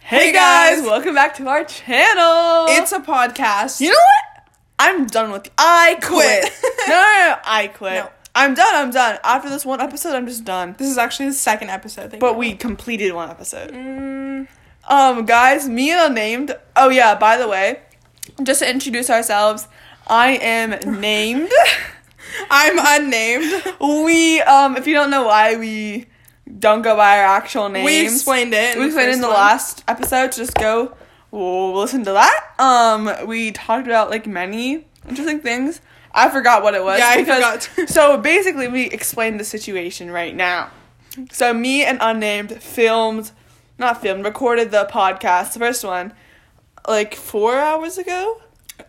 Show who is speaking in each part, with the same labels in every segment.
Speaker 1: Hey, guys, welcome back to our channel.
Speaker 2: It's a podcast.
Speaker 1: you know what? I'm done with you. I quit.
Speaker 2: Quit.
Speaker 1: no, no, no, I quit.
Speaker 2: No.
Speaker 1: I'm done. I'm done. After this one episode, I'm just done.
Speaker 2: this is actually the second episode. Thank
Speaker 1: But
Speaker 2: you.
Speaker 1: we completed one episode.
Speaker 2: Mm,
Speaker 1: Um, guys, Mia named. Oh yeah, by the way, just to introduce ourselves, I am named.
Speaker 2: I'm unnamed.
Speaker 1: we um, if you don't know why we don't go by our actual names,
Speaker 2: We explained it.
Speaker 1: we explained in
Speaker 2: first
Speaker 1: the
Speaker 2: one.
Speaker 1: last episode. Just go w- listen to that. Um, we talked about like many interesting things. I forgot what it was.
Speaker 2: Yeah, I forgot.
Speaker 1: so basically, we explained the situation right now. So me and unnamed filmed, not filmed, recorded the podcast, the first one, like four hours ago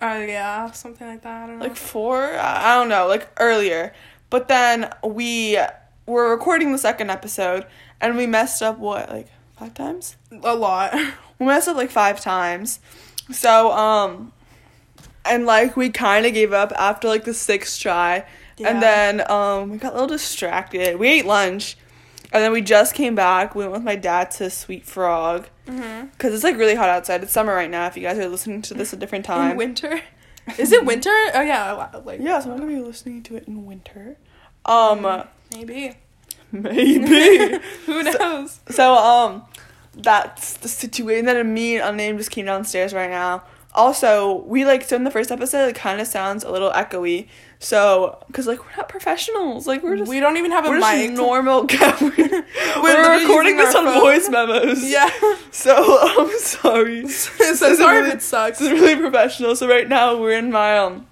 Speaker 2: Oh yeah, something like that. I don't know.
Speaker 1: like four i I don't know like earlier but then we were recording the second episode and we messed up what like five times
Speaker 2: a lot.
Speaker 1: we messed up like five times so um and like we kind of gave up after like the sixth try
Speaker 2: Yeah.
Speaker 1: and then um we got a little distracted we ate lunch and then we just came back we went with my dad to sweet frog
Speaker 2: Mm-hmm.
Speaker 1: because it's like really hot outside it's summer right now if you guys are listening to this at different time
Speaker 2: In winter, is it winter? Oh yeah, a lot- like
Speaker 1: yeah, so I'm gonna be listening to it in winter.
Speaker 2: Mm-hmm.
Speaker 1: Um,
Speaker 2: maybe.
Speaker 1: maybe.
Speaker 2: Who knows?
Speaker 1: so um, that's the situation. Then me and unnamed just came downstairs right now. Also, we like so in the first episode, it kind of sounds a little echoey. So, cause like we're not professionals, like we're just
Speaker 2: we don't even have a
Speaker 1: we're just
Speaker 2: mic.
Speaker 1: normal. we're
Speaker 2: literally
Speaker 1: recording
Speaker 2: using
Speaker 1: this on
Speaker 2: our phone.
Speaker 1: voice memos.
Speaker 2: yeah.
Speaker 1: So I'm sorry.
Speaker 2: so
Speaker 1: is
Speaker 2: sorry if
Speaker 1: really-
Speaker 2: it sucks.
Speaker 1: This is really professional. So right now we're in my um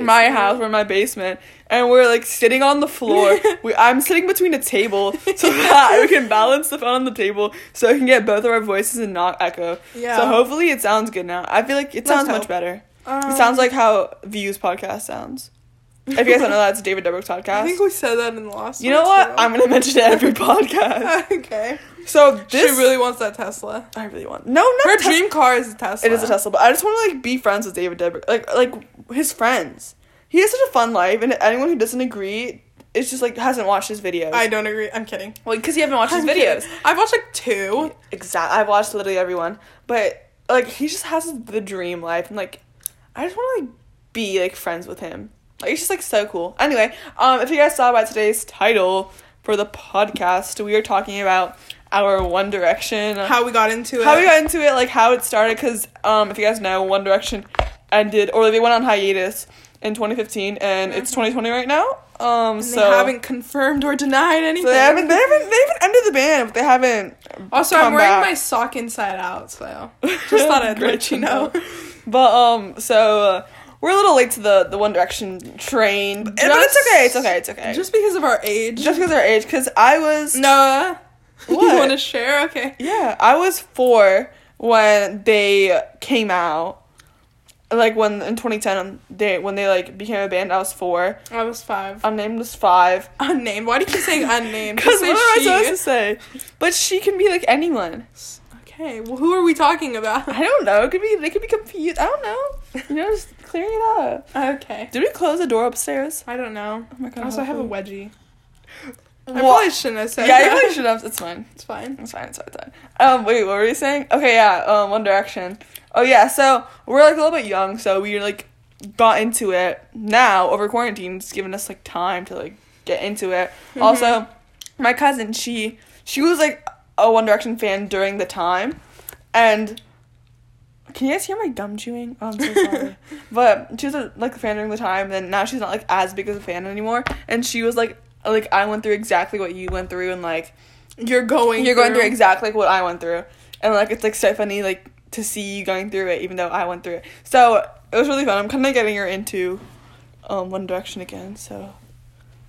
Speaker 1: my house or my basement and we're like sitting on the floor we, i'm sitting between a table so that we can balance the phone on the table so i can get both of our voices and not echo
Speaker 2: Yeah.
Speaker 1: so hopefully it sounds good now i feel like it
Speaker 2: Let's
Speaker 1: sounds much
Speaker 2: hope.
Speaker 1: better
Speaker 2: Um,
Speaker 1: it sounds like how views podcast sounds if you guys don't know that's david Dobrik's
Speaker 2: I
Speaker 1: podcast
Speaker 2: think we said that in the last.
Speaker 1: you
Speaker 2: one,
Speaker 1: know what
Speaker 2: too.
Speaker 1: i'm gonna mention it every podcast
Speaker 2: okay.
Speaker 1: so this
Speaker 2: she really wants that Tesla.
Speaker 1: i really want no no
Speaker 2: Her dream car is a Tesla.
Speaker 1: it is a tesla but i just want to like be friends with david Dobrik. like like his friends he has such a fun life and anyone who doesn't agree it's just like hasn't watched his videos
Speaker 2: I don't agree. I'm kidding.
Speaker 1: Well, because you haven't watched his
Speaker 2: I'm
Speaker 1: videos.
Speaker 2: kidding. I've watched like two.
Speaker 1: Exactly. I've watched literally everyone, but like he just has the dream life, and like I just want to like be like friends with him. Like it's just like so cool. Anyway, um, if you guys saw by today's title for the podcast, we are talking about our One Direction, how,
Speaker 2: How we got into it.
Speaker 1: we got into it, like how it started. Because um, if you guys know, One Direction ended or they went on hiatus in 2015, and it's 2020 right now. Um,
Speaker 2: Mm-hmm. And
Speaker 1: so.
Speaker 2: they haven't confirmed or denied anything.
Speaker 1: so they haven't, they haven't, they haven't ended the band, but they haven't
Speaker 2: also,
Speaker 1: come
Speaker 2: I'm wearing
Speaker 1: back.
Speaker 2: my sock inside out, so just thought I'd
Speaker 1: Great
Speaker 2: let you
Speaker 1: to
Speaker 2: know.
Speaker 1: But um, so uh, we're a little late to the the One Direction train, but it's
Speaker 2: Just-
Speaker 1: okay. It's okay. It's okay. Just
Speaker 2: Just because of our age.
Speaker 1: just because of our age, because I was
Speaker 2: Noah,
Speaker 1: What?
Speaker 2: you want to share? Okay.
Speaker 1: yeah, I was four when they came out. Like when in 2010, they when they like became a band, I was four.
Speaker 2: I was five.
Speaker 1: Unnamed was five.
Speaker 2: unnamed. Why do you keep saying unnamed?
Speaker 1: Because
Speaker 2: Just
Speaker 1: what
Speaker 2: say
Speaker 1: am I supposed to
Speaker 2: she.
Speaker 1: say? But she can be like anyone.
Speaker 2: Okay. Well, who are we talking about?
Speaker 1: I don't know. It could be they could be confused. I don't know. You know, just clearing it up.
Speaker 2: Okay.
Speaker 1: Did we close the door upstairs?
Speaker 2: I don't know.
Speaker 1: Oh my god.
Speaker 2: Also, I have a
Speaker 1: hopefully.
Speaker 2: wedgie. I
Speaker 1: Wha-
Speaker 2: probably shouldn't have said
Speaker 1: yeah, you
Speaker 2: that.
Speaker 1: probably should have. It's fine.
Speaker 2: It's fine.
Speaker 1: It's fine. It's fine. It's fine. Um, wait, what were you saying? Okay, yeah. Um, One Direction. Oh yeah. So we're like a little bit young, so we like got into it now over quarantine. It's given us like time to like get into it. Also, my cousin, she she was like a One Direction fan during the time, and. Can you guys hear my gum chewing? Oh, I'm so sorry. but she was a, like a fan during the time, then now she's not like as big of a fan anymore. And she was like, like I went through exactly what you went through, and like
Speaker 2: You're going.
Speaker 1: you're going through exactly like what I went through, and like it's like so funny like to see you going through it, even though I went through it. So it was really fun. I'm kind of getting her into um, One Direction again. So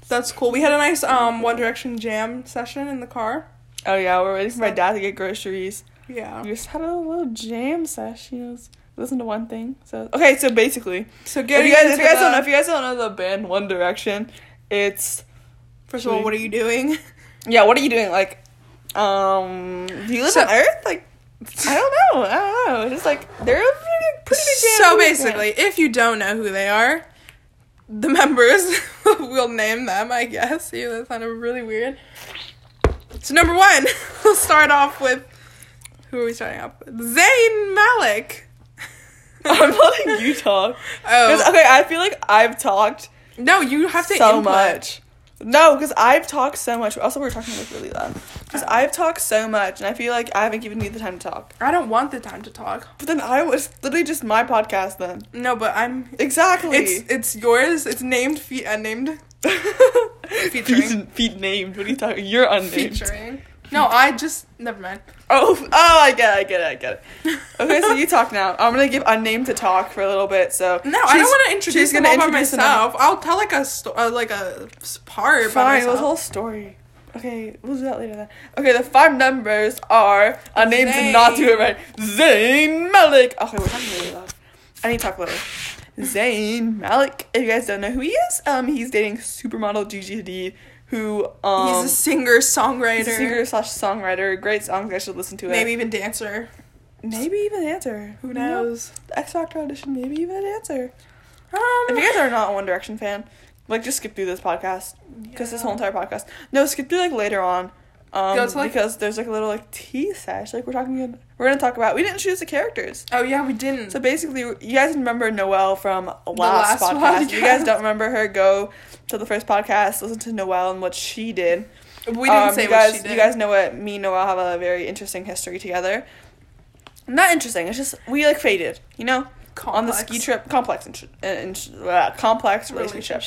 Speaker 2: That's cool. We had a nice um One Direction jam session in the car.
Speaker 1: oh yeah, we're waiting for my dad to get groceries.
Speaker 2: Yeah.
Speaker 1: We just had a little jam sesh. You know, just listen to one thing. So okay, so basically,
Speaker 2: So
Speaker 1: if
Speaker 2: getting
Speaker 1: you guys if
Speaker 2: into
Speaker 1: you guys
Speaker 2: the-
Speaker 1: don't know if you guys don't know the band One Direction, it's
Speaker 2: first of all, what are you doing?
Speaker 1: yeah. What are you doing? Like, um, do you live
Speaker 2: So-
Speaker 1: on Earth? Like. I don't know. I don't know. It's just like they're a pretty, pretty big band,
Speaker 2: so
Speaker 1: pretty big band.
Speaker 2: basically, if you don't know who they are, the members we'll name them, I guess. Ew, that sounded really weird. So number one, we'll start off with Who are we starting up with? Zayn Malik.
Speaker 1: I'm letting you talk. 'Cause,
Speaker 2: Oh
Speaker 1: okay, I feel like I've talked
Speaker 2: no, you have to
Speaker 1: so
Speaker 2: input.
Speaker 1: much. No, because I've talked so much. Also, we we're talking like really loud. Because
Speaker 2: Oh.
Speaker 1: I've talked so much, and I feel like I haven't given you the time to talk.
Speaker 2: I don't want the time to talk.
Speaker 1: But then I was literally just my podcast. Then
Speaker 2: No, but I'm.
Speaker 1: exactly.
Speaker 2: It's it's yours. It's named feet unnamed
Speaker 1: feet, feet named. What are you talking? You're unnamed.
Speaker 2: featuring. No, I just never mind.
Speaker 1: Oh, oh, I get it, I get it, I get it. Okay, so you talk now. I'm gonna give unnamed to talk for a little bit. So
Speaker 2: No, I don't
Speaker 1: She's-
Speaker 2: want to introduce
Speaker 1: she's
Speaker 2: them
Speaker 1: gonna
Speaker 2: all by
Speaker 1: introduce them
Speaker 2: myself. I'll tell like a sto- uh, like a s- part.
Speaker 1: Fine,
Speaker 2: by
Speaker 1: the
Speaker 2: myself.
Speaker 1: whole story. Okay, we'll do that later then. Okay, the five numbers are unnamed did not do it right. Zayn Malik. Okay, we're talking really loud. I need to talk louder. Zayn Malik. If you guys don't know who he is, um, he's dating supermodel Gigi Hadid, who um,
Speaker 2: He's a singer songwriter,
Speaker 1: singer slash songwriter. Great songs. I should listen to it.
Speaker 2: maybe even dancer.
Speaker 1: maybe even an answer.
Speaker 2: Who knows?
Speaker 1: X Factor audition. Maybe even an answer. If
Speaker 2: Um,
Speaker 1: you guys are not a One Direction fan, like just skip through this podcast because this whole entire podcast. No, skip through like later on. Um,
Speaker 2: Go to, like-
Speaker 1: because there's like a little like tea sesh. Like we're talking, we're gonna talk about. We didn't choose the characters,
Speaker 2: Oh yeah, we didn't.
Speaker 1: so basically, you guys remember Noelle from last,
Speaker 2: last
Speaker 1: podcast. If you guys
Speaker 2: podcast.
Speaker 1: don't remember her, go to the first podcast, listen to Noelle and what she did.
Speaker 2: we didn't
Speaker 1: Um,
Speaker 2: say
Speaker 1: you
Speaker 2: what
Speaker 1: guys,
Speaker 2: she did.
Speaker 1: You guys know what? Me and Noelle have a very interesting history together. Not interesting. It's just we like faded. You know, on the ski trip complex and, and uh, complex relationship.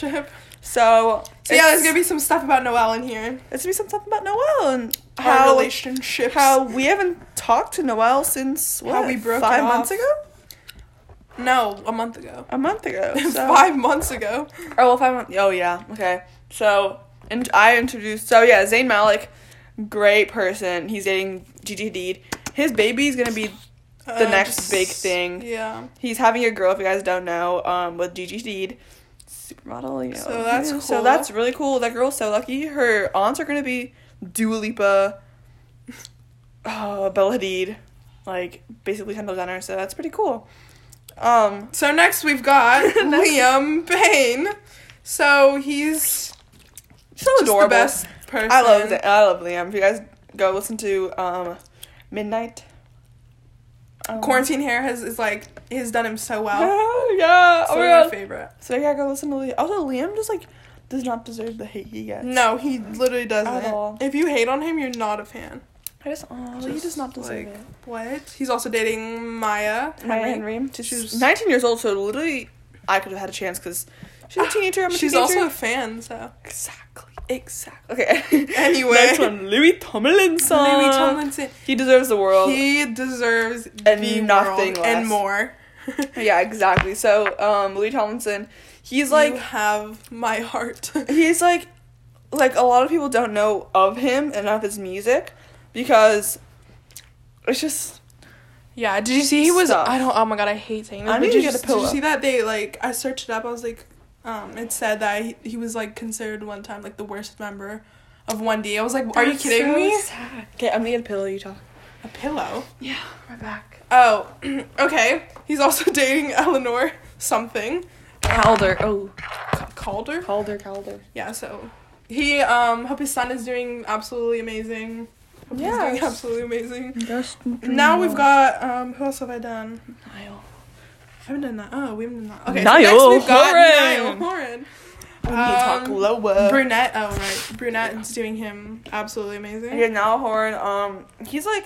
Speaker 1: So,
Speaker 2: So yeah, there's gonna be some stuff about Noelle in here.
Speaker 1: it's gonna be something about Noelle and
Speaker 2: How, Our
Speaker 1: how
Speaker 2: relationships.
Speaker 1: how we haven't talked to Noelle since what
Speaker 2: How we broke it
Speaker 1: five
Speaker 2: off.
Speaker 1: months ago,
Speaker 2: no, a month ago.
Speaker 1: a month ago. So.
Speaker 2: Five months ago.
Speaker 1: Oh well, five months. Oh yeah. Okay. So and I introduced. So yeah, Zayn Malik, great person. He's dating Gigi Hadid. His baby's gonna be. The
Speaker 2: Uh,
Speaker 1: next
Speaker 2: just-
Speaker 1: big thing.
Speaker 2: Yeah.
Speaker 1: He's having a girl. If you guys don't know, um, with Gigi Hadid. Supermodel, you know.
Speaker 2: So that's
Speaker 1: so
Speaker 2: cool.
Speaker 1: that's really cool. That girl's so lucky. Her aunts are gonna be Dua Lipa, uh, Bella Hadid, like basically Kendall Jenner. So that's pretty cool. Um,
Speaker 2: So next we've got
Speaker 1: Next-
Speaker 2: Liam Payne. So he's
Speaker 1: so
Speaker 2: just
Speaker 1: adorable.
Speaker 2: the best person.
Speaker 1: I love it. I love Liam. If you guys go listen to um, Midnight. Um,
Speaker 2: Quarantine hair has is like he's done him so well.
Speaker 1: Oh, yeah.
Speaker 2: So
Speaker 1: Oh
Speaker 2: my
Speaker 1: my god.
Speaker 2: favorite.
Speaker 1: So yeah, go listen to Liam. Also, Liam just like does not deserve the hate he gets.
Speaker 2: No, he literally doesn't.
Speaker 1: At all.
Speaker 2: If you hate on him, you're not a fan.
Speaker 1: I just oh, he does
Speaker 2: Just,
Speaker 1: not deserve
Speaker 2: like,
Speaker 1: it.
Speaker 2: What? He's also dating Maya.
Speaker 1: Maya
Speaker 2: Henry.
Speaker 1: Henry, just,
Speaker 2: she's-
Speaker 1: she's 19 years old, so literally I could have had a chance because she's a teenager. I'm a
Speaker 2: She's
Speaker 1: teenager.
Speaker 2: also a fan, so.
Speaker 1: exactly, exactly. Okay.
Speaker 2: Anyway.
Speaker 1: next one, Louis Tomlinson.
Speaker 2: Louis Tomlinson.
Speaker 1: He deserves the world.
Speaker 2: He deserves
Speaker 1: And
Speaker 2: the
Speaker 1: nothing
Speaker 2: world
Speaker 1: less.
Speaker 2: and more.
Speaker 1: yeah, exactly. So, um, Louis Tomlinson, he's
Speaker 2: He's
Speaker 1: like
Speaker 2: like have my heart.
Speaker 1: he's like like a lot of people don't know of him and of his music because it's just
Speaker 2: Yeah, did you see he was?
Speaker 1: Stuff.
Speaker 2: I don't. Oh my god, I hate saying this.
Speaker 1: I
Speaker 2: but
Speaker 1: need
Speaker 2: did
Speaker 1: to
Speaker 2: you
Speaker 1: get a
Speaker 2: s- Did
Speaker 1: pillow.
Speaker 2: you see that they like? I searched it up. I was like, um, it said that he, he was like considered one time like the worst member of One D. I was like, are you kidding me?
Speaker 1: Okay, I'm gonna get a pillow. You talk.
Speaker 2: A pillow.
Speaker 1: Yeah, my back.
Speaker 2: Oh, okay. He's also dating Eleanor something
Speaker 1: Calder. Oh,
Speaker 2: C- Calder.
Speaker 1: Calder. Calder.
Speaker 2: Yeah. So he um hope his son is doing absolutely amazing. Hope he's
Speaker 1: Yes.
Speaker 2: doing absolutely amazing.
Speaker 1: Justin.
Speaker 2: Now we've got um who else have I done?
Speaker 1: Niall.
Speaker 2: I haven't done that. Oh, we haven't done that. Okay,
Speaker 1: Niall
Speaker 2: so next we've got
Speaker 1: Horan.
Speaker 2: Niall Horan.
Speaker 1: We need to talk
Speaker 2: Um,
Speaker 1: lower.
Speaker 2: Brunette, oh right, Brunette is doing him absolutely amazing.
Speaker 1: Okay, now Horn. Um, he's like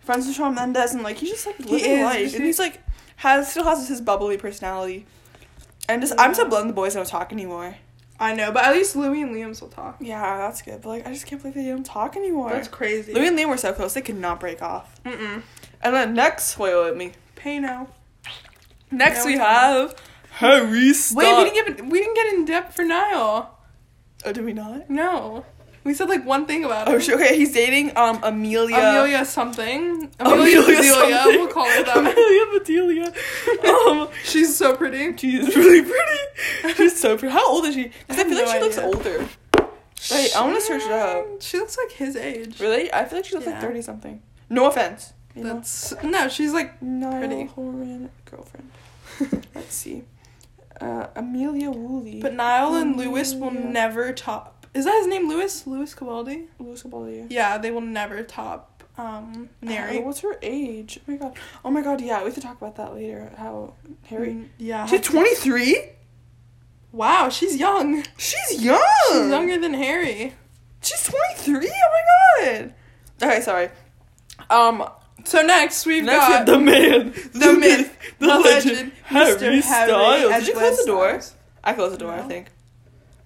Speaker 1: friends with Shawn Mendes, and like he's just like
Speaker 2: He
Speaker 1: living
Speaker 2: is,
Speaker 1: life,
Speaker 2: isn't
Speaker 1: and
Speaker 2: he?
Speaker 1: he's like has still has his bubbly personality. And just I'm so blown the boys don't talk anymore.
Speaker 2: I know, but at least Louis and Liam still talk.
Speaker 1: Yeah, that's good. But like, I just can't believe they don't talk anymore.
Speaker 2: That's crazy.
Speaker 1: Louis and Liam were so close; they could not break off.
Speaker 2: Mm-mm.
Speaker 1: And then next, wait, wait, me.
Speaker 2: Pay now.
Speaker 1: Next
Speaker 2: No,
Speaker 1: we
Speaker 2: no.
Speaker 1: have Harry Styles.
Speaker 2: Wait, we didn't get we didn't get in depth for Niall.
Speaker 1: Oh, did we not?
Speaker 2: No, we said like one thing about him.
Speaker 1: Oh, sure. Okay, he's dating um Amelia.
Speaker 2: Amelia something. Amelia,
Speaker 1: Amelia,
Speaker 2: Bedelia,
Speaker 1: something.
Speaker 2: We'll call her that.
Speaker 1: Amelia Bedelia. Um,
Speaker 2: She's so pretty.
Speaker 1: she's really pretty. She's so pretty. How old is she? Because I,
Speaker 2: I have
Speaker 1: feel like
Speaker 2: no
Speaker 1: she looks
Speaker 2: idea.
Speaker 1: older. Wait, I wanna search it up.
Speaker 2: Mm, She looks like his age.
Speaker 1: Really? I feel like she looks like
Speaker 2: Yeah.
Speaker 1: thirty something. No offense. You know?
Speaker 2: That's no. She's like
Speaker 1: Niall
Speaker 2: pretty.
Speaker 1: Horan girlfriend. Let's see. Uh, Amelia Woolley.
Speaker 2: But Niall and Lewis will
Speaker 1: Yeah.
Speaker 2: never top. Is that his name, Lewis? Lewis Cabaldi?
Speaker 1: Louis Cabaldi.
Speaker 2: Yeah, they will never top um
Speaker 1: Mary.
Speaker 2: narrate.
Speaker 1: what's her age? Oh my god. Oh my god, yeah, we have to talk about that later. How Harry.
Speaker 2: Mm, Yeah.
Speaker 1: She's 23?
Speaker 2: wow, she's young.
Speaker 1: She's young!
Speaker 2: She's younger than Harry.
Speaker 1: She's 23? Oh my god! Okay, sorry. Um,
Speaker 2: So next we've
Speaker 1: next we have
Speaker 2: got
Speaker 1: the man, the, myth, the legend, Harry
Speaker 2: Mr.
Speaker 1: Styles. Did you close the door?
Speaker 2: Styles.
Speaker 1: I closed the door, I
Speaker 2: No.
Speaker 1: think.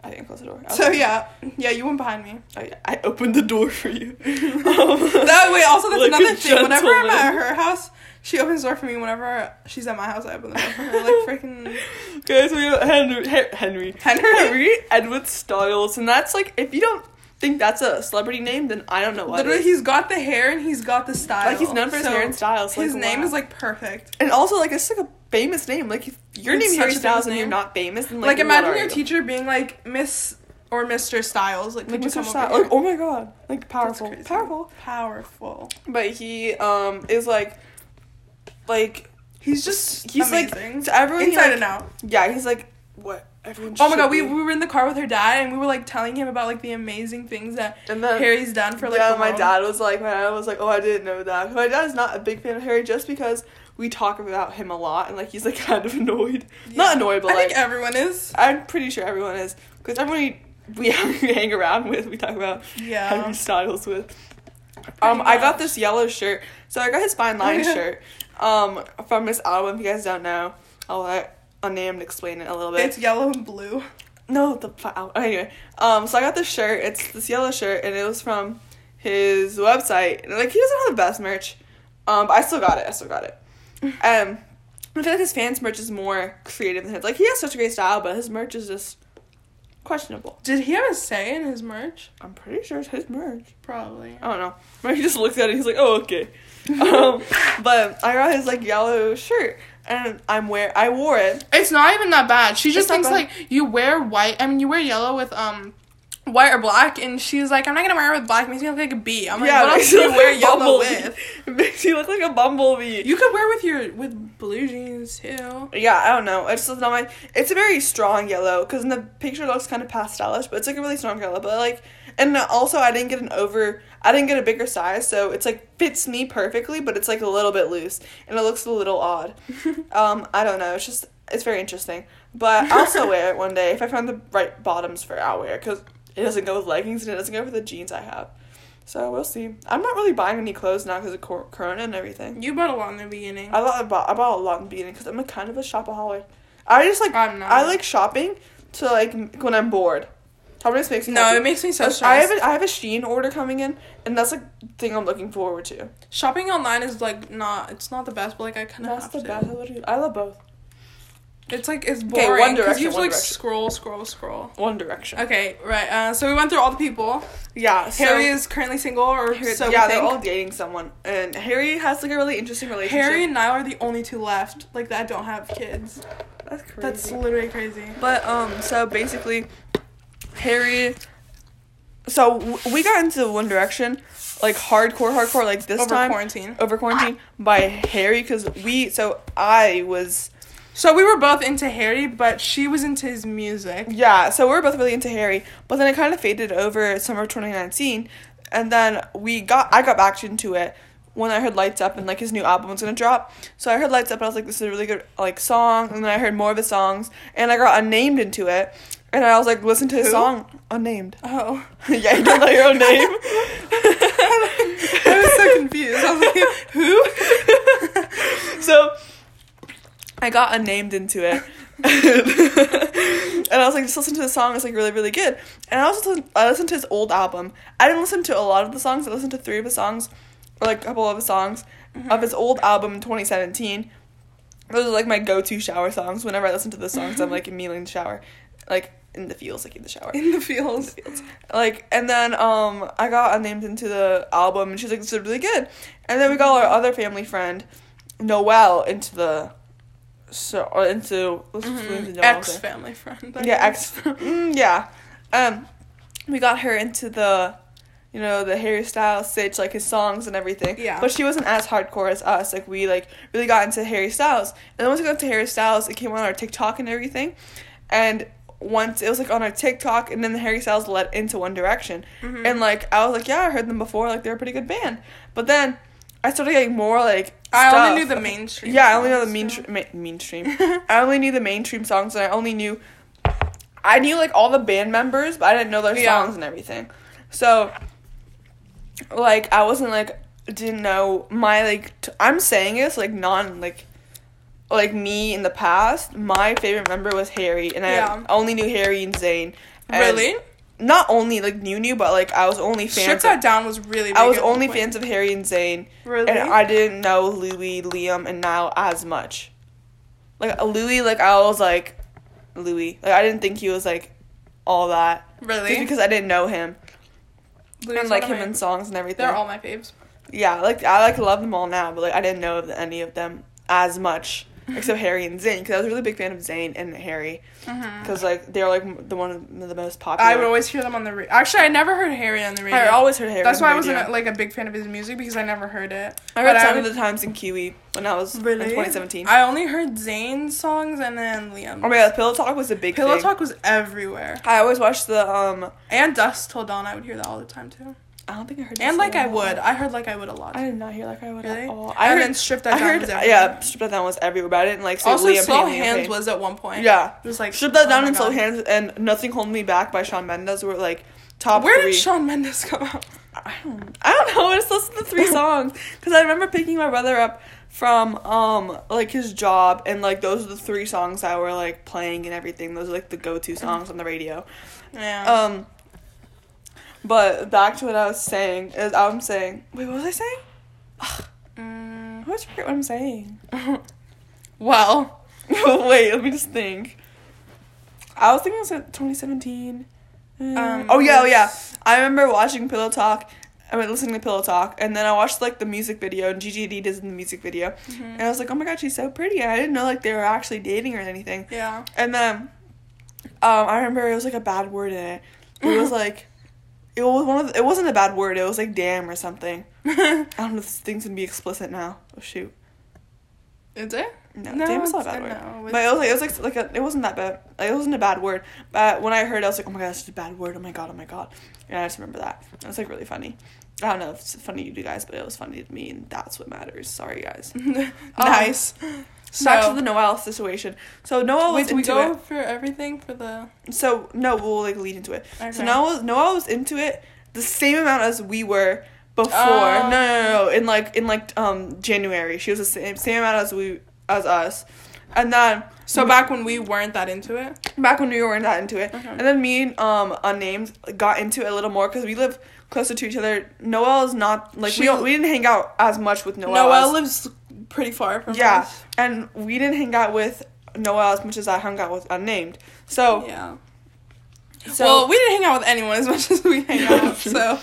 Speaker 1: I think I closed the door. I was
Speaker 2: So
Speaker 1: like-
Speaker 2: yeah, yeah, you went behind me.
Speaker 1: I, I opened the door for you. Um,
Speaker 2: That way, also that's
Speaker 1: Like a
Speaker 2: another thing. Whenever I'm
Speaker 1: gentleman.
Speaker 2: at her house, she opens the door for me. Whenever she's at my house, I open the door for her. Like freaking
Speaker 1: Okay, so we have Henry, Hen- Henry,
Speaker 2: Henry.
Speaker 1: Henry Edward Styles, and that's like if you don't think that's a celebrity name, then I don't know what.
Speaker 2: Literally,
Speaker 1: is.
Speaker 2: he's got the hair and he's got the style.
Speaker 1: like he's known for his
Speaker 2: So
Speaker 1: hair and styles.
Speaker 2: His
Speaker 1: like,
Speaker 2: name
Speaker 1: wow.
Speaker 2: is like perfect.
Speaker 1: and also like it's like a famous name. Like if your
Speaker 2: It's
Speaker 1: name Harry
Speaker 2: such a
Speaker 1: Styles
Speaker 2: famous
Speaker 1: and you're
Speaker 2: name.
Speaker 1: not famous, then like,
Speaker 2: Like,
Speaker 1: what
Speaker 2: imagine
Speaker 1: are
Speaker 2: your
Speaker 1: you?
Speaker 2: teacher being like Miss or Mister Styles. Like,
Speaker 1: Like,
Speaker 2: could you
Speaker 1: what's your
Speaker 2: come
Speaker 1: style?
Speaker 2: over here?
Speaker 1: Like, oh my god, like
Speaker 2: That's
Speaker 1: powerful,
Speaker 2: crazy.
Speaker 1: powerful.
Speaker 2: powerful.
Speaker 1: But he um is like, like
Speaker 2: He's just
Speaker 1: he's
Speaker 2: amazing.
Speaker 1: like to everyone he,
Speaker 2: inside
Speaker 1: like-
Speaker 2: and out.
Speaker 1: Yeah, he's like what everyone.
Speaker 2: Oh my god,
Speaker 1: should
Speaker 2: we,
Speaker 1: be.
Speaker 2: we were in the car with her dad and we were like telling him about like the amazing things that
Speaker 1: and then
Speaker 2: Harry's done for like
Speaker 1: Uh, yeah,
Speaker 2: the
Speaker 1: my
Speaker 2: world.
Speaker 1: dad was like, my dad was like, oh, I didn't know that. My dad is not a big fan of Harry just because we talk about him a lot and like he's like kind of annoyed, not
Speaker 2: Yeah.
Speaker 1: annoyed, but
Speaker 2: I
Speaker 1: like
Speaker 2: think everyone is.
Speaker 1: I'm pretty sure everyone is because everyone we, we hang around with, we talk about
Speaker 2: Yeah.
Speaker 1: Harry Styles with. Um, I got
Speaker 2: much.
Speaker 1: this yellow shirt, so I got his fine line
Speaker 2: yeah.
Speaker 1: shirt, um, from his album. If you guys don't know, I'll let Unnamed explain it a little bit.
Speaker 2: It's yellow and blue.
Speaker 1: No, the fi- oh, anyway. Um, so I got this shirt. It's this yellow shirt, and it was from his website. And like he doesn't have the best merch, um, but I still got it. I still got it. Um, I feel like his fans merch is more creative than his. Like he has such a great style, but his merch is just questionable.
Speaker 2: Did he have a say in his merch?
Speaker 1: I'm pretty sure it's his merch.
Speaker 2: Probably.
Speaker 1: I don't know. Maybe he just looked at it. He's like, oh okay. um, but I got his like yellow shirt, and I'm wear I wore it.
Speaker 2: It's not even that bad. She
Speaker 1: It's
Speaker 2: just
Speaker 1: not
Speaker 2: thinks
Speaker 1: bad.
Speaker 2: like you wear white. I mean, you wear yellow with um white or black, and she's like, I'm not gonna wear it with black. It makes me look like a bee. I'm like,
Speaker 1: yeah,
Speaker 2: what
Speaker 1: it
Speaker 2: else
Speaker 1: makes
Speaker 2: do
Speaker 1: you
Speaker 2: you
Speaker 1: look
Speaker 2: wear
Speaker 1: like a
Speaker 2: yellow
Speaker 1: bumblebee.
Speaker 2: with?
Speaker 1: It makes you look like a bumblebee.
Speaker 2: You could wear with your with blue jeans too.
Speaker 1: Yeah, I don't know. It's just not my. It's a very strong yellow because in the picture it looks kind of pastelish, but it's like a really strong yellow. But like, and also I didn't get an over. I didn't get a bigger size, so it's like fits me perfectly, but it's like a little bit loose and it looks a little odd. um, I don't know. It's just it's very interesting. But I'll still wear it one day if I find the right bottoms for outwear because it doesn't go with leggings and it doesn't go with the jeans I have. So we'll see. I'm not really buying any clothes now because of cor- Corona and everything.
Speaker 2: You bought a lot in the beginning.
Speaker 1: I bought, I bought, I bought a lot in the beginning because I'm a kind of a shopaholic. I just like
Speaker 2: I'm not.
Speaker 1: I like shopping to like m- when I'm bored. Shopping just makes me
Speaker 2: No,
Speaker 1: happy.
Speaker 2: it makes me so
Speaker 1: I-
Speaker 2: stressed.
Speaker 1: I have a, I have a Shein order coming in, and that's like the thing I'm looking forward to.
Speaker 2: Shopping online is like not. It's not the best, but like I kind of
Speaker 1: That's
Speaker 2: have
Speaker 1: the
Speaker 2: to.
Speaker 1: best. I literally- I love both.
Speaker 2: It's like it's
Speaker 1: Okay,
Speaker 2: boring.
Speaker 1: One
Speaker 2: 'cause
Speaker 1: Direction,
Speaker 2: You have to
Speaker 1: One
Speaker 2: like
Speaker 1: Direction.
Speaker 2: scroll, scroll, scroll.
Speaker 1: One Direction.
Speaker 2: Okay, right. Uh, so we went through all the people.
Speaker 1: Yeah, so,
Speaker 2: Harry is currently single, or
Speaker 1: Harry-
Speaker 2: so
Speaker 1: yeah,
Speaker 2: we
Speaker 1: they're
Speaker 2: think.
Speaker 1: all dating someone, and Harry has like a really interesting relationship.
Speaker 2: Harry and Niall are the only two left, like that don't have kids.
Speaker 1: that's crazy.
Speaker 2: That's literally crazy.
Speaker 1: But um, so basically, Harry. So w- we got into One Direction, like hardcore, hardcore, like this
Speaker 2: Over
Speaker 1: time
Speaker 2: quarantine.
Speaker 1: over quarantine by Harry because we. So I was
Speaker 2: So we were both into Harry, but she was into his music.
Speaker 1: yeah. So we were both really into Harry, but then it kind of faded over summer of twenty nineteen, and then we got I got back into it when I heard Lights Up and like his new album was gonna drop. So I heard Lights Up and I was like, this is a really good like song, and then I heard more of his songs, and I got unnamed into it, and I was like, listen to his
Speaker 2: Who?
Speaker 1: song, unnamed.
Speaker 2: Oh.
Speaker 1: yeah, you don't know your own name.
Speaker 2: I was so confused. I was like, who?
Speaker 1: so I got unnamed into it. and I was like, just listen to the song. It's like really, really good. And I also I listened to his old album. I didn't listen to a lot of the songs. I listened to three of his songs, or like a couple of his songs of his old album in 2017. Those are like my go-to shower songs. Whenever I listen to the songs, I'm like immediately in the shower, like in the feels, like in the shower
Speaker 2: In the fields.
Speaker 1: like and then um I got unnamed into the album and she's like this is really good and then we got our other family friend Noel into the so or into let's just leave the Noel
Speaker 2: Mm-hmm. Ex
Speaker 1: there.
Speaker 2: family friend.
Speaker 1: yeah ex mm, yeah um we got her into the you know the Harry Styles stage like his songs and everything
Speaker 2: Yeah.
Speaker 1: but she wasn't as hardcore as us like we like really got into Harry Styles and then once we got into Harry Styles it came on our TikTok and everything and once it was like on a TikTok, and then the Harry Styles led into One Direction,
Speaker 2: Hmm.
Speaker 1: and like I was like, yeah, I heard them before, like they're a pretty good band. But then I started getting more like
Speaker 2: I only knew
Speaker 1: stuff.
Speaker 2: the mainstream.
Speaker 1: Yeah, I only know
Speaker 2: songs,
Speaker 1: the
Speaker 2: so-
Speaker 1: mainstream. Ma- mainstream. I only knew the mainstream songs, and I only knew, I knew like all the band members, but I didn't know their
Speaker 2: Yeah.
Speaker 1: songs and everything. So, like, I wasn't like didn't know my like. T- I'm saying this like non like, like me in the past. My favorite member was Harry, and I
Speaker 2: Yeah.
Speaker 1: only knew Harry and Zayn. and
Speaker 2: Really?
Speaker 1: Not only like new new, but like I was only
Speaker 2: Strip
Speaker 1: fans.
Speaker 2: That
Speaker 1: Of,
Speaker 2: Down was really big
Speaker 1: I was
Speaker 2: at one
Speaker 1: only
Speaker 2: point.
Speaker 1: fans of Harry and Zayn.
Speaker 2: Really?
Speaker 1: And I didn't know Louis, Liam, and Niall as much. Like uh, Louis, like I was like Louis. Like I didn't think he was like all that.
Speaker 2: Really?
Speaker 1: Just because I didn't know him.
Speaker 2: Louis
Speaker 1: and like
Speaker 2: Vuitton,
Speaker 1: him
Speaker 2: right?
Speaker 1: in songs and everything.
Speaker 2: They're all my faves.
Speaker 1: yeah, like I like love them all now, but like I didn't know of any of them as much except Harry and Zayn because I was a really big fan of Zayn and Harry because like they're like m- the one of the most popular.
Speaker 2: Mm-hmm. I would always hear them on the radio. Actually, I never heard Harry on the radio.
Speaker 1: I always heard Harry.
Speaker 2: That's
Speaker 1: on the
Speaker 2: why I wasn't
Speaker 1: radio.
Speaker 2: like a big fan of his music because I never heard it.
Speaker 1: I heard
Speaker 2: But
Speaker 1: some
Speaker 2: would-
Speaker 1: of the times in Kiwi when I was in 2017.
Speaker 2: I only heard Zayn's songs and then Liam.
Speaker 1: oh my god, Pillow Talk was a big
Speaker 2: Pillow
Speaker 1: thing.
Speaker 2: Talk was everywhere.
Speaker 1: I always watched the um.
Speaker 2: And Dust Till Dawn, I would hear that all the time too.
Speaker 1: I don't think I heard.
Speaker 2: And
Speaker 1: this
Speaker 2: Like I
Speaker 1: song.
Speaker 2: Would. I heard Like I Would a lot.
Speaker 1: I did not hear like I would
Speaker 2: Really?
Speaker 1: at all.
Speaker 2: and
Speaker 1: I
Speaker 2: then
Speaker 1: heard.
Speaker 2: Strip That
Speaker 1: I
Speaker 2: Down
Speaker 1: heard.
Speaker 2: was everywhere.
Speaker 1: Yeah, strip that down was everywhere, but I didn't like. Say
Speaker 2: Also,
Speaker 1: Liam
Speaker 2: Slow
Speaker 1: Payne, Liam
Speaker 2: Hands
Speaker 1: Payne.
Speaker 2: was at one point.
Speaker 1: Yeah,
Speaker 2: It was like
Speaker 1: strip that
Speaker 2: oh
Speaker 1: down
Speaker 2: my
Speaker 1: and slow
Speaker 2: God.
Speaker 1: hands and nothing hold me back by Sean Mendes were like top
Speaker 2: Where
Speaker 1: three.
Speaker 2: did Shawn Mendes come out?
Speaker 1: I don't. I don't know. I just listened to three songs because I remember picking my brother up from um like his job and like those are the three songs that were like playing and everything. Those are like the go to songs on the radio.
Speaker 2: Yeah.
Speaker 1: Um, but back to what I was saying is I'm saying. Wait, what was I saying?
Speaker 2: Mm.
Speaker 1: I always forget what I'm saying.
Speaker 2: well,
Speaker 1: Wait, let me just think. I was thinking it was like 2017. Mm.
Speaker 2: Um,
Speaker 1: oh yeah, oh yeah.
Speaker 2: let's-
Speaker 1: I remember watching Pillow Talk. I mean, listening to Pillow Talk, and then I watched like the music video, and Gigi Hadid is in the music video, and I was like, oh my god, she's so pretty. And I didn't know like they were actually dating or anything.
Speaker 2: yeah.
Speaker 1: And then, um, I remember it was like a bad word in it. It was like, it was one of the, it wasn't a bad word. It was like damn or something. I don't know if this thing's gonna be explicit now. Oh shoot.
Speaker 2: Is it?
Speaker 1: No,
Speaker 2: No,
Speaker 1: damn is not a
Speaker 2: it's-
Speaker 1: bad
Speaker 2: no,
Speaker 1: word.
Speaker 2: it's-
Speaker 1: But it was like it was like, s- like a, it wasn't that bad. Like, it wasn't a bad word. But when I heard, it, I was like, oh my god, it's a bad word. Oh my god, oh my god. And I just remember that. It was like really funny. I don't know if it's funny to you guys, but it was funny to me, and that's what matters. Sorry, guys.
Speaker 2: Oh. nice.
Speaker 1: So, Back to the Noel situation. So Noel was
Speaker 2: Wait, do we
Speaker 1: into
Speaker 2: go for everything for the?
Speaker 1: it. So no, we'll like lead into it.
Speaker 2: Okay.
Speaker 1: So Noel was, Noel was into it the same amount as we were before.
Speaker 2: Oh.
Speaker 1: no, no, no, no. In like in like um January, she was the same same amount as we as us, and then
Speaker 2: So back when we weren't that into it.
Speaker 1: back when we weren't that into it.
Speaker 2: Mm. Okay.
Speaker 1: And then me and um unnamed got into it a little more because we live closer to each other. Noel is not like
Speaker 2: She-
Speaker 1: we don't we didn't hang out as much with Noel.
Speaker 2: Noelle
Speaker 1: as-
Speaker 2: lives pretty far from
Speaker 1: yeah,
Speaker 2: us.
Speaker 1: and we didn't hang out with Noel as much as I hung out with unnamed. So
Speaker 2: Yeah.
Speaker 1: so
Speaker 2: well, we didn't hang out with anyone as much as we hang out. so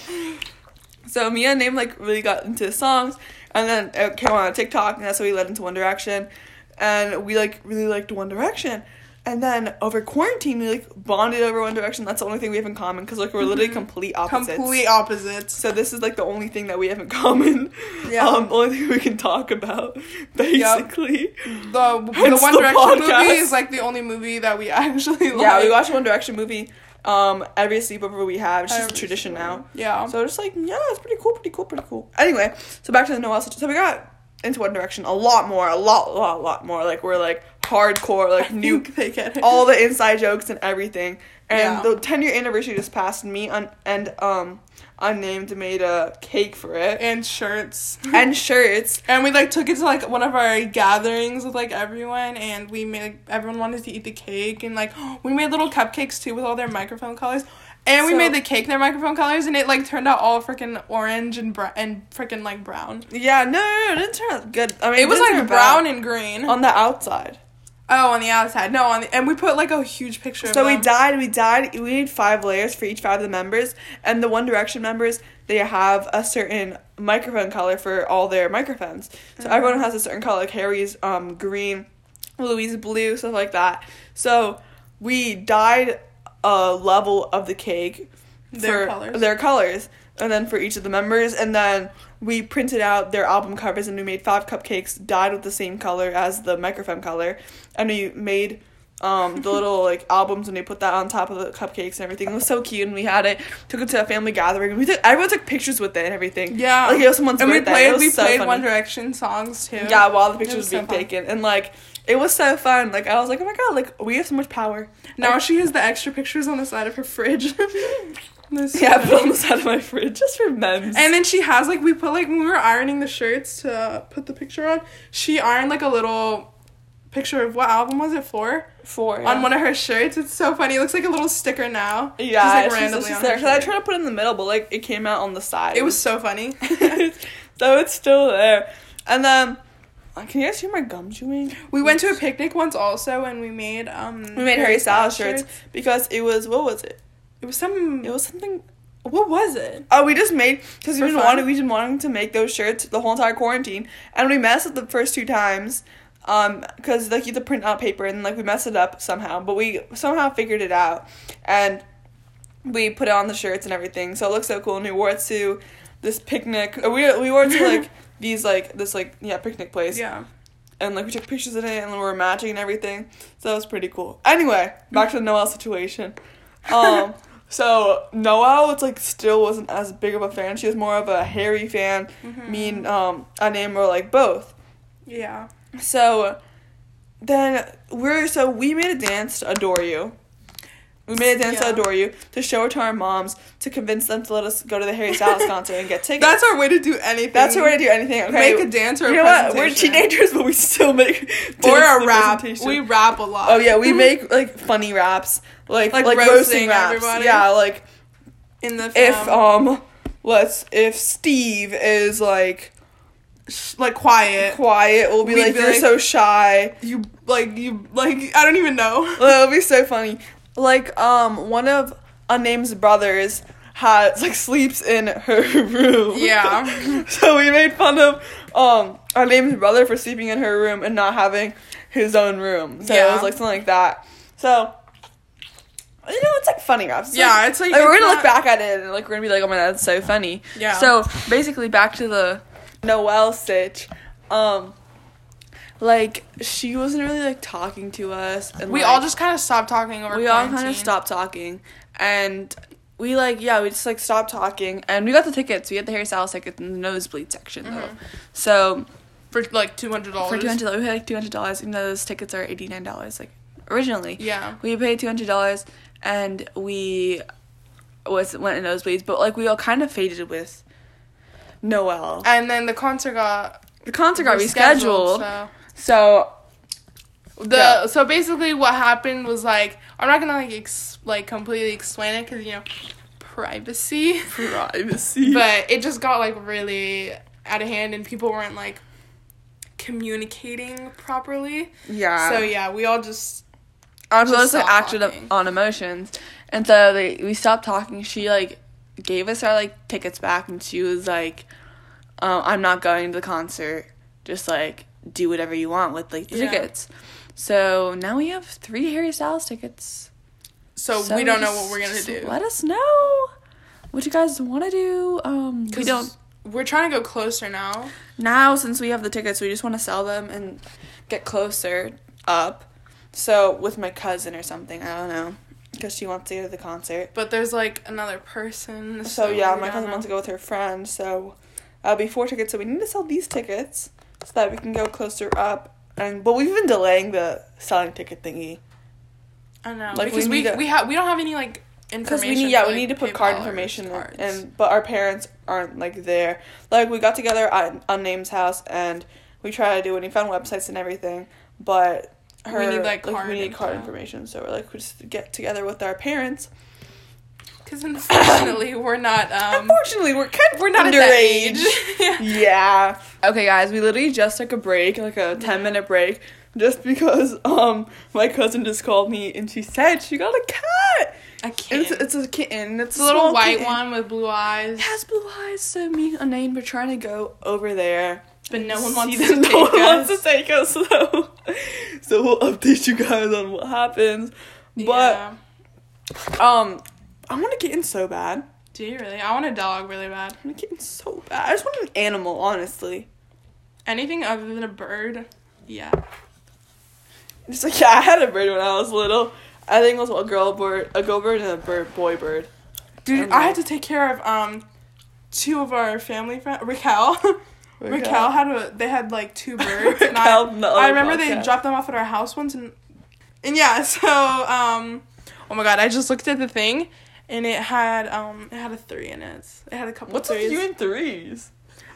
Speaker 1: so me and Name like really got into the songs, and then it came on TikTok, and that's how we led into One Direction, and we like really liked One Direction, and then over quarantine we like bonded over One Direction. That's the only thing we have in common because like we're literally Mm-hmm. complete opposites.
Speaker 2: complete opposites.
Speaker 1: So this is like the only thing that we have in common.
Speaker 2: Yeah.
Speaker 1: Um, only thing we can talk about, basically.
Speaker 2: The the
Speaker 1: Hence
Speaker 2: One
Speaker 1: the
Speaker 2: Direction movie
Speaker 1: podcast.
Speaker 2: is like the only movie that we actually like.
Speaker 1: Yeah, we watch One Direction movie. Um, every sleepover we have, it's just
Speaker 2: Every
Speaker 1: a tradition now.
Speaker 2: Yeah.
Speaker 1: So just like yeah, it's pretty cool, pretty cool, pretty cool. Anyway, so back to the Noel. So we got into One Direction a lot more, a lot, lot, lot more. Like we're like hardcore, like new,
Speaker 2: Nuke, they get it.
Speaker 1: all the inside jokes and everything. And
Speaker 2: Yeah.
Speaker 1: the ten year anniversary just passed. And me un- and um, unnamed made a cake for it
Speaker 2: and shirts.
Speaker 1: and shirts.
Speaker 2: And we like took it to like one of our gatherings with like everyone, and we made like, everyone wanted to eat the cake, and like we made little cupcakes too with all their microphone colors, and we
Speaker 1: So-
Speaker 2: made the cake their microphone colors, and it like turned out all freaking orange and br- and freaking like brown.
Speaker 1: Yeah, no, no, no, it didn't turn out good. I mean,
Speaker 2: It was
Speaker 1: didn't
Speaker 2: like
Speaker 1: turn bad.
Speaker 2: brown and green.
Speaker 1: on the outside.
Speaker 2: oh, on the outside, no, on the and we put like a huge picture.
Speaker 1: So
Speaker 2: of
Speaker 1: we
Speaker 2: them.
Speaker 1: dyed, we dyed, we need five layers for each five of the members. And the One Direction members, they have a certain microphone color for all their microphones. So
Speaker 2: Mm-hmm.
Speaker 1: everyone has a certain color. Like Harry's um, green, Louis blue, stuff like that. So we dyed a level of the cake
Speaker 2: Their
Speaker 1: for
Speaker 2: colors.
Speaker 1: their colors. And then for each of the members, and then we printed out their album covers, and we made five cupcakes dyed with the same color as the microphone color, and we made um, the little like albums and they put that on top of the cupcakes and everything. It was so cute, and we had it. Took it to a family gathering. We took everyone took pictures with it and everything.
Speaker 2: Yeah.
Speaker 1: like it was someone's
Speaker 2: and we
Speaker 1: birthday.
Speaker 2: played
Speaker 1: It was
Speaker 2: we
Speaker 1: so
Speaker 2: played
Speaker 1: funny.
Speaker 2: One Direction songs too.
Speaker 1: Yeah, while the picture
Speaker 2: It
Speaker 1: was
Speaker 2: so
Speaker 1: being
Speaker 2: fun.
Speaker 1: taken, and like it was so fun. Like I was like, oh my god, like we have so much power.
Speaker 2: Now
Speaker 1: Like,
Speaker 2: she has the extra pictures on the side of her fridge. That's so
Speaker 1: yeah, I
Speaker 2: funny.
Speaker 1: put it on the side of my fridge just for memes.
Speaker 2: And then she has like we put like when we were ironing the shirts to put the picture on, she ironed like a little picture of what album was it for
Speaker 1: four
Speaker 2: on one of her shirts. It's so funny. It looks like a little sticker now.
Speaker 1: Yeah,
Speaker 2: just, like, randomly on
Speaker 1: there
Speaker 2: her
Speaker 1: because I
Speaker 2: shirt.
Speaker 1: tried to put it in the middle, but like it came out on the side.
Speaker 2: It was so funny.
Speaker 1: so it's still there. And then, uh, can you guys hear my gum chewing?
Speaker 2: we went to a picnic once also and we made um
Speaker 1: We made Harry Styles shirts because it was what was it?
Speaker 2: It was some
Speaker 1: It was something.
Speaker 2: what was it?
Speaker 1: Oh, we just made because we
Speaker 2: For
Speaker 1: didn't
Speaker 2: fun?
Speaker 1: want it. We didn't want to make those shirts the whole entire quarantine, and we messed up the first two times. Um, because like you had to print out paper and like we messed it up somehow, but we somehow figured it out, and we put it on the shirts and everything. So it looks so cool, and we wore it to this picnic. Or we we wore it to like these like this like yeah picnic place.
Speaker 2: Yeah.
Speaker 1: and like we took pictures in it and we were matching and everything. So that was pretty cool. Anyway, back to the Noel situation. Um, so Noel, it's like still wasn't as big of a fan. She was more of a Harry fan.
Speaker 2: Mm-hmm.
Speaker 1: Me and um, Anem were like both.
Speaker 2: Yeah.
Speaker 1: So then we're so we made a dance to adore you. We made a dance
Speaker 2: Yeah.
Speaker 1: to adore you to show it to our moms to convince them to let us go to the Harry Styles concert and get tickets.
Speaker 2: That's our way to do anything.
Speaker 1: That's the way to do anything. Okay,
Speaker 2: Make a dance or
Speaker 1: you
Speaker 2: a
Speaker 1: know what? We're
Speaker 2: presentation.
Speaker 1: teenagers, but we still make
Speaker 2: or
Speaker 1: dance
Speaker 2: a
Speaker 1: to
Speaker 2: rap.
Speaker 1: presentation.
Speaker 2: We rap a lot.
Speaker 1: Oh yeah, we make like funny raps, like like,
Speaker 2: Like
Speaker 1: roasting,
Speaker 2: roasting
Speaker 1: raps.
Speaker 2: everybody.
Speaker 1: Yeah, like
Speaker 2: in the film.
Speaker 1: if um, let's if Steve is like
Speaker 2: sh- like quiet.
Speaker 1: quiet, we'll be
Speaker 2: We'd
Speaker 1: like
Speaker 2: be
Speaker 1: you're
Speaker 2: like-
Speaker 1: so shy.
Speaker 2: You like you like I don't even know.
Speaker 1: Well, It'll be so funny. Like um, one of unname's brothers has like sleeps in her room.
Speaker 2: Yeah.
Speaker 1: so we made fun of um unname's brother for sleeping in her room and not having his own room. So it
Speaker 2: Yeah.
Speaker 1: was like something like that. So. You know, it's like funny raps. It's
Speaker 2: Yeah, it's like,
Speaker 1: Like, we're
Speaker 2: it's
Speaker 1: gonna look
Speaker 2: not-
Speaker 1: back at it and like we're gonna be like, oh my, that's so funny.
Speaker 2: Yeah.
Speaker 1: So basically, back to the Noelle sitch. Um, like she wasn't really like talking to us, and
Speaker 2: We
Speaker 1: like,
Speaker 2: all just kind of stopped talking over.
Speaker 1: we all kind
Speaker 2: quarantine.
Speaker 1: of stopped talking, and we like yeah, we just like stopped talking, and we got the tickets. We had the Harry Styles tickets in the nosebleed section though.
Speaker 2: Mm-hmm.
Speaker 1: So
Speaker 2: for like two hundred dollars.
Speaker 1: for two hundred, we had like two hundred dollars, even though those tickets are eighty nine dollars like originally.
Speaker 2: Yeah.
Speaker 1: We paid two hundred dollars, and we was went in nosebleeds, but like we all kind of faded with Noel.
Speaker 2: And then the concert got
Speaker 1: The concert got rescheduled,
Speaker 2: rescheduled, so-
Speaker 1: so
Speaker 2: The
Speaker 1: Yeah.
Speaker 2: so basically what happened was like I'm not gonna like ex- like completely explain it because you know privacy,
Speaker 1: privacy.
Speaker 2: but it just got like really out of hand and people weren't like communicating properly.
Speaker 1: yeah,
Speaker 2: So yeah, we all just
Speaker 1: I was
Speaker 2: Just
Speaker 1: just like
Speaker 2: stop
Speaker 1: acted
Speaker 2: talking.
Speaker 1: on emotions, and so they, we stopped talking. She like gave us our like tickets back, and she was like, um, "I'm not going to the concert. Just like do whatever you want with like the
Speaker 2: Yeah.
Speaker 1: tickets." So now we have three Harry Styles tickets.
Speaker 2: so,
Speaker 1: So
Speaker 2: we don't know
Speaker 1: just-
Speaker 2: what we're gonna
Speaker 1: just
Speaker 2: do.
Speaker 1: Let us know what you guys want to do. Um, we
Speaker 2: 'Cause
Speaker 1: don't
Speaker 2: We're trying to go closer now.
Speaker 1: now since we have the tickets, we just want to sell them and get closer up. So with my cousin or something, I don't know, because she wants to go to the concert.
Speaker 2: But there's like another person.
Speaker 1: So yeah, my cousin wants
Speaker 2: wants
Speaker 1: to go with her friend. So that'll be four tickets. So we need to sell these tickets so that we can go closer up. And but we've been delaying the selling ticket thingy
Speaker 2: I know
Speaker 1: like, we
Speaker 2: because we
Speaker 1: need
Speaker 2: we,
Speaker 1: to-
Speaker 2: have we don't have any like
Speaker 1: because
Speaker 2: information.
Speaker 1: we need yeah
Speaker 2: for,
Speaker 1: we
Speaker 2: like,
Speaker 1: need to put
Speaker 2: PayPal
Speaker 1: card
Speaker 2: or
Speaker 1: information
Speaker 2: cards.
Speaker 1: and but our parents aren't like there. Like we got together at unname's house and we tried to do it. We found websites and everything, but
Speaker 2: We
Speaker 1: her
Speaker 2: need, like,
Speaker 1: like
Speaker 2: card
Speaker 1: we need card
Speaker 2: info.
Speaker 1: information. So we're like we just get together with our parents.
Speaker 2: because unfortunately we're not um
Speaker 1: Unfortunately, we're kind we're not
Speaker 2: at that
Speaker 1: underage.
Speaker 2: yeah.
Speaker 1: yeah. Okay, guys, we literally just took a break, like a 10 minute break, just because um my cousin just called me and she said she got a cat.
Speaker 2: A
Speaker 1: And
Speaker 2: kid.
Speaker 1: It's, it's a kitten. It's,
Speaker 2: It's a little
Speaker 1: small
Speaker 2: white
Speaker 1: kitten.
Speaker 2: one with blue eyes.
Speaker 1: It has blue eyes, so me and Anaim were trying to go over there.
Speaker 2: But no
Speaker 1: and
Speaker 2: one
Speaker 1: see
Speaker 2: wants
Speaker 1: that
Speaker 2: to
Speaker 1: no
Speaker 2: take
Speaker 1: one
Speaker 2: us.
Speaker 1: wants to take us, though. so we'll update you guys on what happens. But
Speaker 2: Yeah.
Speaker 1: um, I want a kitten so bad.
Speaker 2: do you really? I want a dog really bad.
Speaker 1: I want a kitten so bad. I just want an animal, honestly.
Speaker 2: Anything other than a bird. Yeah.
Speaker 1: It's like yeah, I had a bird when I was little. I think it was a girl bird, a girl bird, and a bird boy bird.
Speaker 2: Dude,
Speaker 1: And
Speaker 2: I
Speaker 1: then-
Speaker 2: had to take care of um two of our family friends. Raquel. Raquel.
Speaker 1: Raquel.
Speaker 2: had a they had like two birds and
Speaker 1: Raquel,
Speaker 2: I,
Speaker 1: the other
Speaker 2: I remember they
Speaker 1: podcast.
Speaker 2: dropped them off at our house once and and yeah, so um oh my god, I just looked at the thing and it had um it had a three in it. It had a couple
Speaker 1: What's
Speaker 2: threes.
Speaker 1: with you in threes?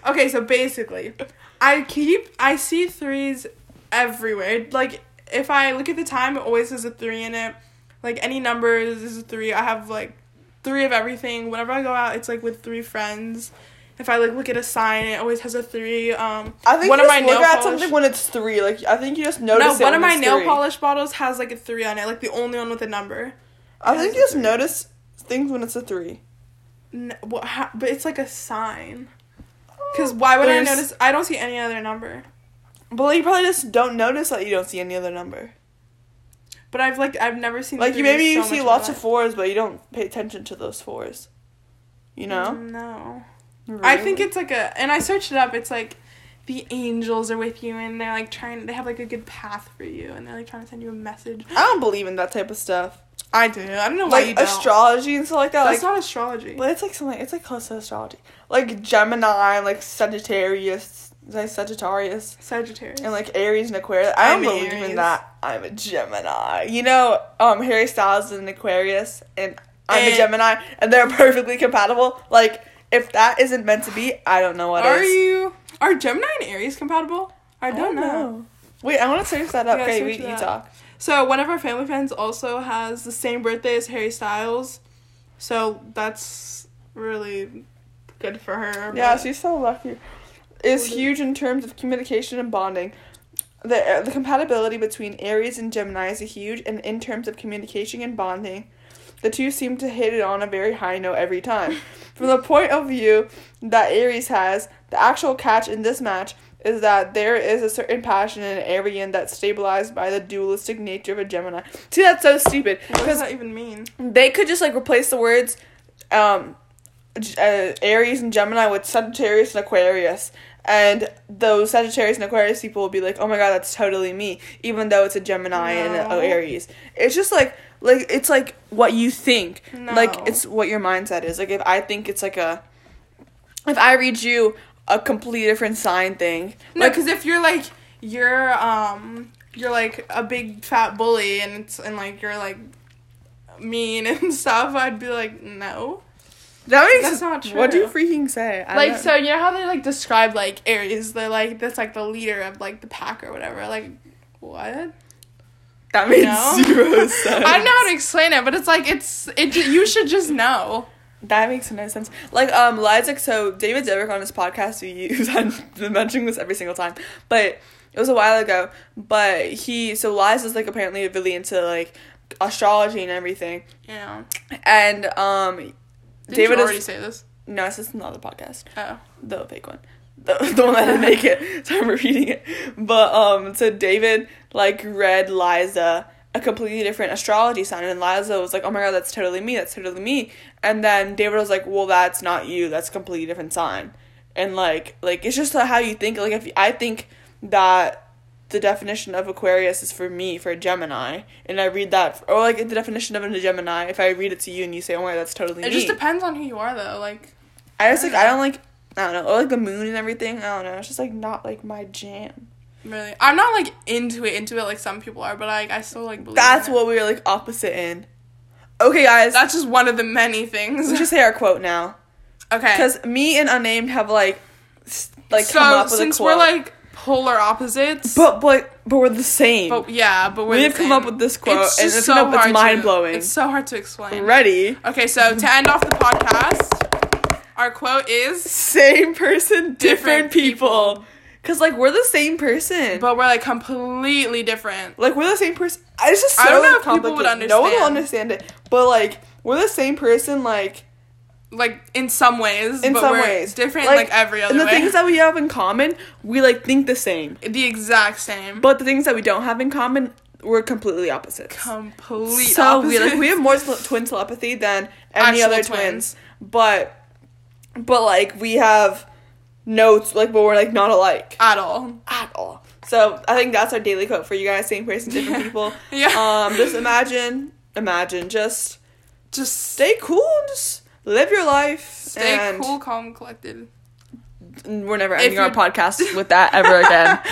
Speaker 2: Okay, so basically, I keep I see threes everywhere. Like if I look at the time, it always has a three in it. Like any numbers is a three. I have like three of everything. Whenever I go out, it's like with three friends. If I like look at a sign, it always has a three. Um,
Speaker 1: I think one
Speaker 2: one of
Speaker 1: you
Speaker 2: my
Speaker 1: just
Speaker 2: nail
Speaker 1: look at
Speaker 2: polish-
Speaker 1: something when it's three. Like I think you just notice.
Speaker 2: No,
Speaker 1: it
Speaker 2: one
Speaker 1: when
Speaker 2: of my
Speaker 1: it's
Speaker 2: nail
Speaker 1: three.
Speaker 2: polish bottles has like a three on it, like the only one with a number.
Speaker 1: I think you just notice things when it's a three.
Speaker 2: N- what, how, but it's like a sign. Cause why would
Speaker 1: There's-
Speaker 2: I notice? I don't see any other number.
Speaker 1: But like, you probably just don't notice that you don't see any other number.
Speaker 2: But I've like I've never seen
Speaker 1: Like you
Speaker 2: threes
Speaker 1: maybe you
Speaker 2: so much
Speaker 1: see
Speaker 2: in my
Speaker 1: lots of
Speaker 2: life.
Speaker 1: fours, but you don't pay attention to those fours. You know.
Speaker 2: No. I think it's like a, and I searched it up. It's like the angels are with you, and they're like trying. They have like a good path for you, and they're like trying to send you a message.
Speaker 1: I don't believe in that type of stuff.
Speaker 2: I do. I don't know why you
Speaker 1: Like
Speaker 2: don't.
Speaker 1: astrology and stuff like that.
Speaker 2: That's
Speaker 1: like
Speaker 2: not astrology.
Speaker 1: But it's like something. It's like close to astrology, like Gemini, like Sagittarius, like Sagittarius,
Speaker 2: Sagittarius.
Speaker 1: and like Aries and Aquarius. I don't
Speaker 2: I'm an
Speaker 1: believe
Speaker 2: Aries.
Speaker 1: in that. I'm a Gemini. You know, um, Harry Styles is an Aquarius, and I'm
Speaker 2: And-
Speaker 1: a Gemini, and they're perfectly compatible. Like, if that isn't meant to be, I don't know what
Speaker 2: are
Speaker 1: is.
Speaker 2: you? Are Gemini and Aries compatible? I don't, know.
Speaker 1: Wait, I want to search that up.
Speaker 2: Yeah,
Speaker 1: okay,
Speaker 2: search
Speaker 1: wait, you
Speaker 2: that.
Speaker 1: talk.
Speaker 2: So one of our family friends also has the same birthday as Harry Styles, so that's really good for her.
Speaker 1: Yeah,
Speaker 2: but-
Speaker 1: she's so lucky. Is
Speaker 2: What is-
Speaker 1: huge in terms of communication and bonding. The, the compatibility between Aries and Gemini is huge, and in terms of communication and bonding, the two seem to hit it on a very high note every time. From the point of view that Aries has, the actual catch in this match is that there is a certain passion in Arian that's stabilized by the dualistic nature of a Gemini. See, that's so stupid.
Speaker 2: what does
Speaker 1: Because
Speaker 2: that even mean?
Speaker 1: they could just like replace the words um G- uh, aries and gemini with sagittarius and aquarius and those sagittarius and aquarius people will be like oh my god that's totally me even though it's a gemini and
Speaker 2: No.
Speaker 1: a aries it's just like like it's like what you think like
Speaker 2: No.
Speaker 1: it's what your mindset is like if i think it's like a if i read you a completely different sign thing
Speaker 2: No,
Speaker 1: like
Speaker 2: because if you're like you're um you're like a big fat bully and it's and like you're like mean and stuff, I'd be like no.
Speaker 1: that makes
Speaker 2: that's not
Speaker 1: what do you
Speaker 2: true.
Speaker 1: freaking say I
Speaker 2: Like
Speaker 1: don't-
Speaker 2: so, you know how they like describe like Aries? They're like that's like the leader of like the pack or whatever. Like what?
Speaker 1: that made
Speaker 2: No.
Speaker 1: zero sense
Speaker 2: I don't know how to explain it, but it's like it's it. ju- You should just know.
Speaker 1: That makes no sense. Like, um, Lizac, so David Dobrik on his podcast, who used, I've been mentioning this every single time, but it was a while ago, but he, so Liza's, like, apparently really into, like, astrology and everything,
Speaker 2: Yeah.
Speaker 1: and, um,
Speaker 2: Did
Speaker 1: David
Speaker 2: you already
Speaker 1: is,
Speaker 2: say this?
Speaker 1: no, this is not the podcast,
Speaker 2: Oh.
Speaker 1: the fake one. The, the one that didn't make it, so I'm repeating it. But, um, so David, like, read Liza a completely different astrology sign, and Liza was like, oh my god, that's totally me, that's totally me. And then David was like, well, that's not you, that's a completely different sign. And, like, like it's just how you think. Like, if I think that the definition of Aquarius is for me, for a Gemini, and I read that, or, like, the definition of a Gemini, if I read it to you and you say, oh my god, that's totally
Speaker 2: It
Speaker 1: me.
Speaker 2: just depends on who you are, though. Like
Speaker 1: I just like I don't like I don't know or like the moon and everything. I don't know. It's just like not like my jam.
Speaker 2: really, I'm not like into it, into it like some people are, but like I still like believe.
Speaker 1: That's
Speaker 2: in it.
Speaker 1: what we were like opposite in. Okay, guys,
Speaker 2: That's just one of the many things.
Speaker 1: let's just say our quote now
Speaker 2: Okay.
Speaker 1: because me and unnamed have like s- like
Speaker 2: so
Speaker 1: come up with
Speaker 2: since
Speaker 1: a quote.
Speaker 2: we're like polar opposites,
Speaker 1: but but but we're the same.
Speaker 2: but yeah, but we're
Speaker 1: we
Speaker 2: the
Speaker 1: have come up
Speaker 2: same.
Speaker 1: with this quote
Speaker 2: It's
Speaker 1: and
Speaker 2: just
Speaker 1: it's,
Speaker 2: so
Speaker 1: no, it's
Speaker 2: hard to-
Speaker 1: mind blowing.
Speaker 2: It's so hard to explain.
Speaker 1: Ready?
Speaker 2: Okay, so to end off the podcast, our quote is,
Speaker 1: Same person, different,
Speaker 2: Different
Speaker 1: people.
Speaker 2: people.
Speaker 1: Cause like we're the same person.
Speaker 2: but we're like completely different.
Speaker 1: Like we're the same person. It's just so
Speaker 2: I don't know if people
Speaker 1: complicated.
Speaker 2: would
Speaker 1: No one will
Speaker 2: understand.
Speaker 1: understand it. But like we're the same person. Like
Speaker 2: Like in some ways,
Speaker 1: in
Speaker 2: but
Speaker 1: some
Speaker 2: we're
Speaker 1: ways,
Speaker 2: different. Like, every other
Speaker 1: And the
Speaker 2: way.
Speaker 1: things that we have in common, we like think the same.
Speaker 2: the exact same,
Speaker 1: But the things that we don't have in common, we're completely opposites.
Speaker 2: complete.
Speaker 1: so we like
Speaker 2: opposites.
Speaker 1: we have more tel- twin telepathy than any
Speaker 2: Actual
Speaker 1: other
Speaker 2: twins.
Speaker 1: twins. But
Speaker 2: Uh,
Speaker 1: but like we have notes like but we're like not alike
Speaker 2: at all.
Speaker 1: at all. So I think that's our daily quote for you guys. Same person, different people.
Speaker 2: Yeah.
Speaker 1: Um, just imagine, imagine, just
Speaker 2: Just
Speaker 1: stay cool and just live your life.
Speaker 2: stay
Speaker 1: and
Speaker 2: cool, calm, collected.
Speaker 1: We're never
Speaker 2: If
Speaker 1: ending our
Speaker 2: you-
Speaker 1: podcast with that ever again.